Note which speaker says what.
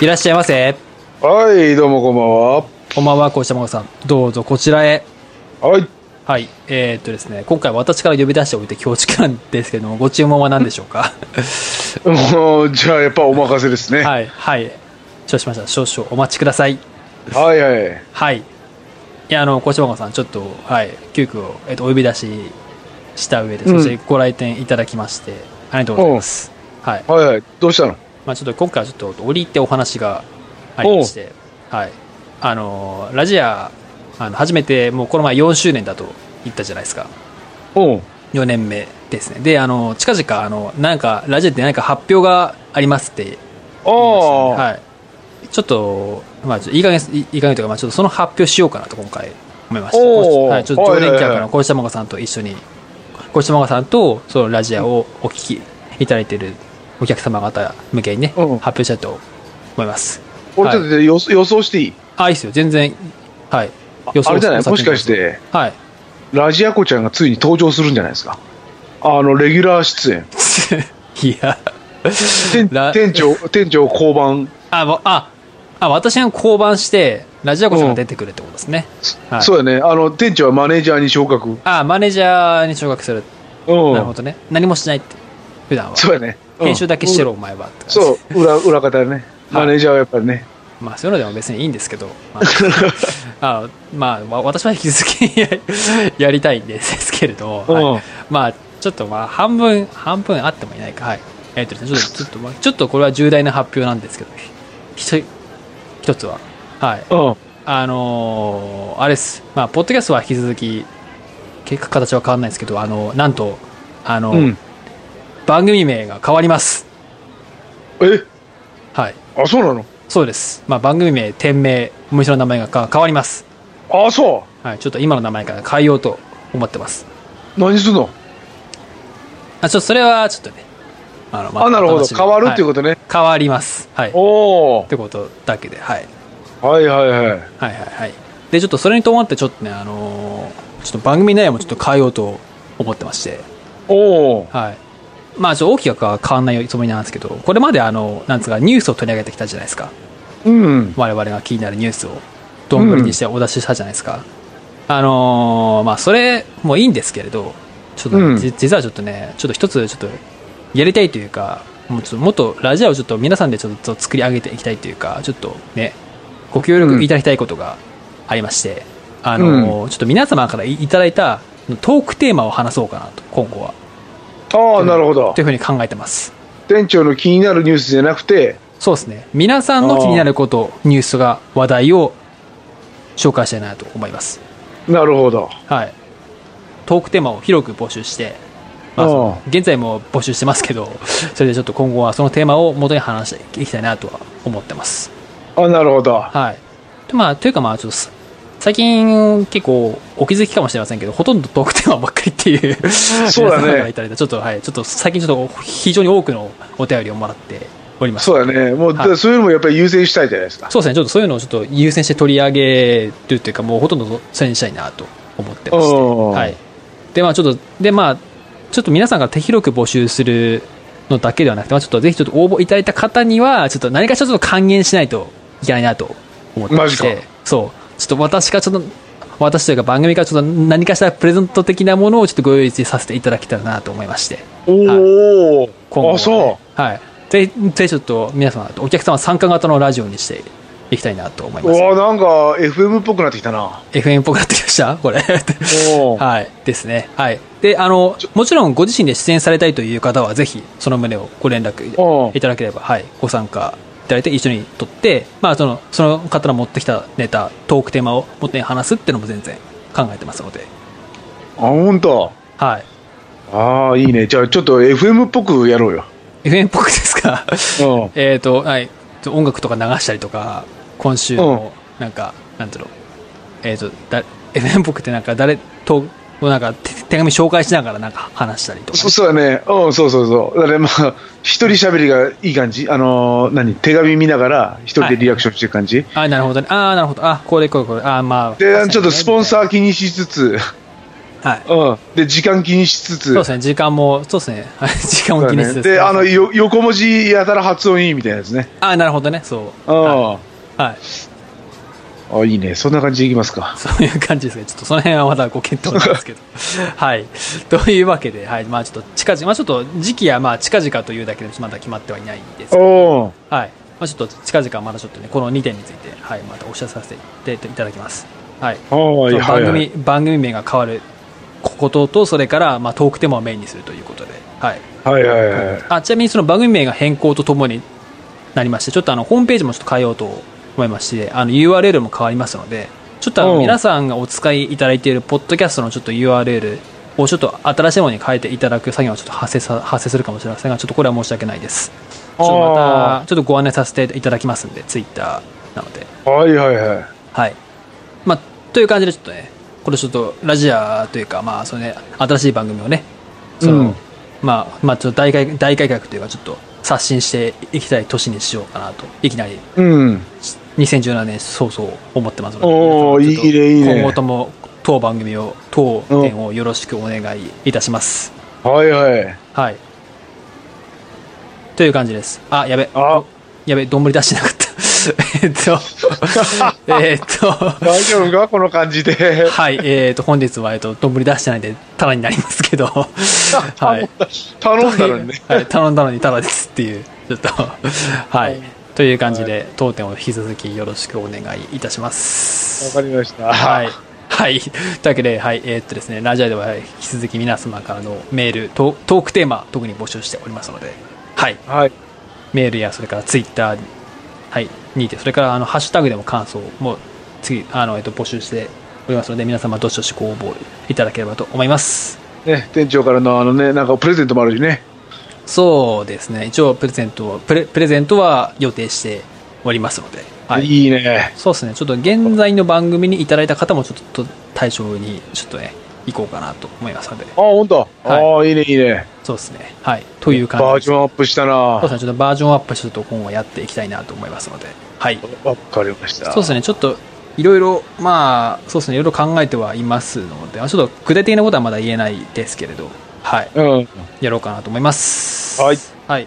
Speaker 1: いらっしゃいませ。
Speaker 2: はい、どうもこんばん
Speaker 1: こんばんは、こうしたまごさん。どうぞこちらへ。
Speaker 2: は。はい。
Speaker 1: はい。えー、っとですね、今回私から呼び出しておいて恐縮なんですけども、ご注文は何でしょうか
Speaker 2: もう、じゃあやっぱお任せですね。は
Speaker 1: はい、はい。承知しました。少々お待ちください。
Speaker 2: い、はい。
Speaker 1: はい。いや、あの、こうしたまごさん、ちょっと、はい、急遽、えっと、お呼び出しした上で、そしてご来店いただきまして、ありがとうございます。はい。
Speaker 2: はいはい。どうしたの
Speaker 1: まあ、ちょっと今回はちょっと折り入ってお話がありまして、はい、あのーラジアあの初めてもうこの前4周年だと言ったじゃないですか
Speaker 2: うん。
Speaker 1: 4年目ですねであの近々あのなんかラジアって何か発表がありますって言い
Speaker 2: あ
Speaker 1: ました
Speaker 2: あ、
Speaker 1: ねはい、ちょっと,、まあ、ちょっといい加減いいい加減というか、まあ、ちょっとその発表しようかなと今回思いました
Speaker 2: おー
Speaker 1: はい、ちょっと常連
Speaker 2: はい
Speaker 1: 客
Speaker 2: はいは
Speaker 1: の
Speaker 2: い
Speaker 1: 小下孫さんと一緒に小下孫さんとそのラジアをお聞きいただいているお客様方向けにね、
Speaker 2: うん
Speaker 1: 発表したいと思います
Speaker 2: 俺ちょっと予,、予想していい
Speaker 1: あいいっすよ全然はい
Speaker 2: あれじゃないもしかし
Speaker 1: お先に
Speaker 2: て、
Speaker 1: はい
Speaker 2: ラジアコちゃんがついに登場するんじゃないですか。あの、レギュラー出演。
Speaker 1: い や
Speaker 2: 店
Speaker 1: ラ
Speaker 2: 店長、店長交番、
Speaker 1: あわああ私が降板してラジアコさんが出てくるってことですね、はい
Speaker 2: そうやね。あの、店長はマネージャーに昇格。うん。
Speaker 1: あマネージャーに昇格するなるほ
Speaker 2: そ
Speaker 1: どね。何もしないって。普段は。
Speaker 2: うやね。うん
Speaker 1: 編集だけしてろ、お前はって感じ。
Speaker 2: そう、裏、裏方やね。マネージャーはやっぱりね。
Speaker 1: まあ、そういうのでも別にいいんですけど。まあ、 あまあ、わ私は引き続きややりたいんですけれど、はい
Speaker 2: うん
Speaker 1: まあ、ちょっとまあ、半分、半分あってもいないか。はい。えっとですね、ちょっと、ちょっとまあ、ちょっとこれは重大な発表なんですけど、ひと一つは。はい。
Speaker 2: うん。
Speaker 1: あのーあれです。まあ、ポッドキャストは引き続き、結果形は変わらないですけど、あの、なんと、あの、
Speaker 2: うん。
Speaker 1: 番組名が変わります。
Speaker 2: え
Speaker 1: はい。
Speaker 2: あ、そうなの
Speaker 1: そうです。まあ、番組名、店名、お店の名前がか変わります。
Speaker 2: あ、そ
Speaker 1: はい。ちょっと今の名前から変えようと思ってます。
Speaker 2: う。何すんの
Speaker 1: あ、ちょっとそれは、ちょっとね。あの、ま
Speaker 2: あ、なるほど。
Speaker 1: 楽しみ
Speaker 2: 変わるっていうことね。
Speaker 1: はい変わります。はい。っ
Speaker 2: おお。
Speaker 1: てことだけで、はい。
Speaker 2: はいはいはい。
Speaker 1: はいはいはい。で、ちょっとそれに伴って、ちょっとね、あのーちょっと番組内容もちょっと変えようと思ってまして。
Speaker 2: おお。
Speaker 1: はい。まあ、ちょっと大きくは変わんないつもりなんですけど、これまであの、なんつうか、ニュースを取り上げてきたじゃないですか。
Speaker 2: うん。
Speaker 1: 我々が気になるニュースをどんぶりにしてお出ししたじゃないですか、あのーまあそれもいいんですけれどちょっとね、
Speaker 2: うん
Speaker 1: じ実はちょっとねちょっと一つちょっとやりたいというかもうちょっともっとラジオをちょっと皆さんでちょっと作り上げていきたいというかちょっとねご協力いただきたいことがありまして、あのーちょっと皆様からいいただいたトークテーマを話そうかなと今後は
Speaker 2: ああ、なるほど
Speaker 1: とい。うふうに考えてます
Speaker 2: 店長の気になるニュースじゃなくて、
Speaker 1: そうですね皆さんの気になることニュースが話題を紹介したいなと思います
Speaker 2: なるほど。
Speaker 1: はい、トークテーマを広く募集して、まあ
Speaker 2: うん
Speaker 1: その、現在も募集してますけど、 それでちょっと今後はそのテーマを元に話していきたいなとは思ってます。
Speaker 2: あなるほど。
Speaker 1: はい。とまあ、というかまあ、ちょっとす、最近結構お気づきかもしれませんけど、ほとんどトークテーマばっかりっていう、
Speaker 2: そうだね
Speaker 1: 皆様からいただいた、ちょっと、はい、ちょっと最近ちょっと非常に多くのお便りをもらっております。
Speaker 2: そうだね。もう、
Speaker 1: はい
Speaker 2: でそういうのもやっぱり優先したいじゃないですか。
Speaker 1: そうですね、ちょっとそういうのをちょっと優先して取り上げるというか、もうほとんどそれにしたいなと思ってまして、
Speaker 2: うん
Speaker 1: はい。で、まあちょっと、で、まあちょっと皆さんが手広く募集するのだけではなくて、まあちょっとぜひちょっと応募いただいた方には、ちょっと何かしらちょっと還元しないといけないなと思ってまし
Speaker 2: マジ
Speaker 1: て
Speaker 2: か、
Speaker 1: そう、ちょっと私がちょっと、私というか番組からちょっと何かしらプレゼント的なものをちょっとご用意させていただけたらなと思いまして。
Speaker 2: お
Speaker 1: 今後は
Speaker 2: お。
Speaker 1: ね
Speaker 2: あ、そ。
Speaker 1: はい。ぜひ、ぜひちょっと皆様、お客様参加型のラジオにしていきたいなと思いう
Speaker 2: う
Speaker 1: ます。
Speaker 2: わなんか FM っぽくなってきたな。
Speaker 1: FM っぽくなってきましたこれ。
Speaker 2: おー
Speaker 1: はい。ですね。はい。で、あの、もちろんご自身で出演されたいという方は、ぜひ、その旨をご連
Speaker 2: お
Speaker 1: 絡
Speaker 2: う
Speaker 1: いただければ、はい。ご参加いただいて、一緒に撮って、まあ、その、その方の持ってきたネタ、トークテーマを元に話すっていうのも全然考えてますので、
Speaker 2: あ、ほんと。
Speaker 1: はい。
Speaker 2: ああ、いいね。じゃあちょっと FM っぽくやろうよ。
Speaker 1: FM っぽくですか
Speaker 2: うん
Speaker 1: えっと、はい。音楽とか流したりとか、今週の、なんか、なんていうの、えっ、と、だ FM っぽくてなんか誰と、なんか手手紙紹介しながらなんか話したりとか
Speaker 2: そ。そうだね。うん、そうそうそう。だからまあ、一人喋りがいい感じ。あのー何手紙見ながら一人でリアクションしてる感じ。
Speaker 1: あ、なるほどね。あーなるほど。あ、これこれこれ。あーまあ。
Speaker 2: で、ちょっとスポン
Speaker 1: ー。
Speaker 2: サー気にしつつ、
Speaker 1: はい。
Speaker 2: うん、で時間気にしつつ
Speaker 1: そうですね、時間も、そうですね、 はい時間も気にし
Speaker 2: そうだね
Speaker 1: て
Speaker 2: であのよ横文字やたら発音いいみたいなやつね
Speaker 1: あ、なるほどね、そう。はい。
Speaker 2: あ
Speaker 1: はい
Speaker 2: あいいねそんな感じでいきますか
Speaker 1: そういう感じですね。ちょっとその辺はまだご検討なんですけ ど。はい。というわけで、はい。まあちょっと近々、まあちょっと時期やまあ近々というだけでまだ決まってはいないんですけど
Speaker 2: おお
Speaker 1: はい。まあちょっと近々まだちょっとね、この2点について、はい。またお知らせさせていただきます。はい。
Speaker 2: はい
Speaker 1: その
Speaker 2: はい
Speaker 1: 番
Speaker 2: は
Speaker 1: 組
Speaker 2: い、
Speaker 1: 番組名が変わることと、それから、まあトークテーマをメインにするということで、はい。
Speaker 2: はいはいはい
Speaker 1: あちなみにその番組名が変更とともになりましてちょっとあのホームページもちょっと変えようと思いましてあの URL も変わりますのでちょっとあ
Speaker 2: う
Speaker 1: の
Speaker 2: ん
Speaker 1: 皆さんがお使いいただいているポッドキャストのちょっと URL をちょっと新しいものに変えていただく作業はちょっと発生さ発生するかもしれませんがちょっとこれは申し訳ないですちょっとま
Speaker 2: あ
Speaker 1: たちょっとご案内させていただきますんでツイッターなので
Speaker 2: はいはいはい
Speaker 1: はい。まあ、という感じでちょっとね、これちょっとラジアというか、まあ、そのね、新しい番組をね、その、
Speaker 2: うん
Speaker 1: まあ、まあ、ちょっと大改大改革というか、ちょっと刷新していきたい年にしようかなと、いきなり
Speaker 2: うん
Speaker 1: 2017年早々思ってますので、
Speaker 2: おー
Speaker 1: 皆さんちょっと
Speaker 2: いいねいいね
Speaker 1: 今後とも当番組を、当店をよろしくお願いいたします。
Speaker 2: はいはい
Speaker 1: はい。という感じです。あ、やべ。
Speaker 2: あ
Speaker 1: やべ、丼出してなかった。 えっ と、えっと、
Speaker 2: 大丈夫かこの感じで
Speaker 1: はい、えー、と、本日は、えっ、と、丼出してないんで、タダになります けど、はい。
Speaker 2: 頼んだのにね
Speaker 1: はい、頼んだのにタダですっていう、ちょっと、はい。という感じで、当店を引き続きよろしくお願いいたしま
Speaker 2: わ
Speaker 1: す。
Speaker 2: かりました
Speaker 1: はい。はい。というわけで、はい、えーっとですね、ラジオでははい引き続き皆様からのメール、トートークテーマ、特に募集しておりますので、はい。
Speaker 2: はい
Speaker 1: メールやそれからツイッターに,、はい、にてそれからあのハッシュタグでも感想も次あの、えっと、募集しておりますので皆様どしどしご応募いただければと思います
Speaker 2: ね店長からのあのねなんかプレゼントもあるしね
Speaker 1: そうですね一応プレゼントをプレプレゼントは予定しておりますので、はい、
Speaker 2: いいね
Speaker 1: そうですねちょっと現在の番組にいただいた方もちょっと対象にちょっとね行こうかなと思いますので
Speaker 2: あ本当ああいいねいいね
Speaker 1: そうですねはいという感じ
Speaker 2: バー
Speaker 1: です
Speaker 2: ジョンアップしたな
Speaker 1: そうですねちょっとバージョンアップちょっと今後やっていきたいなと思いますのではい
Speaker 2: わかりました
Speaker 1: そうですね、ちょっといろいろ、まあ、そうですね、いろいろ考えてはいますので、まあちょっと具体的なことはまだ言えないですけれど、はい、
Speaker 2: うん
Speaker 1: やろうかなと思います。
Speaker 2: はい。
Speaker 1: はい。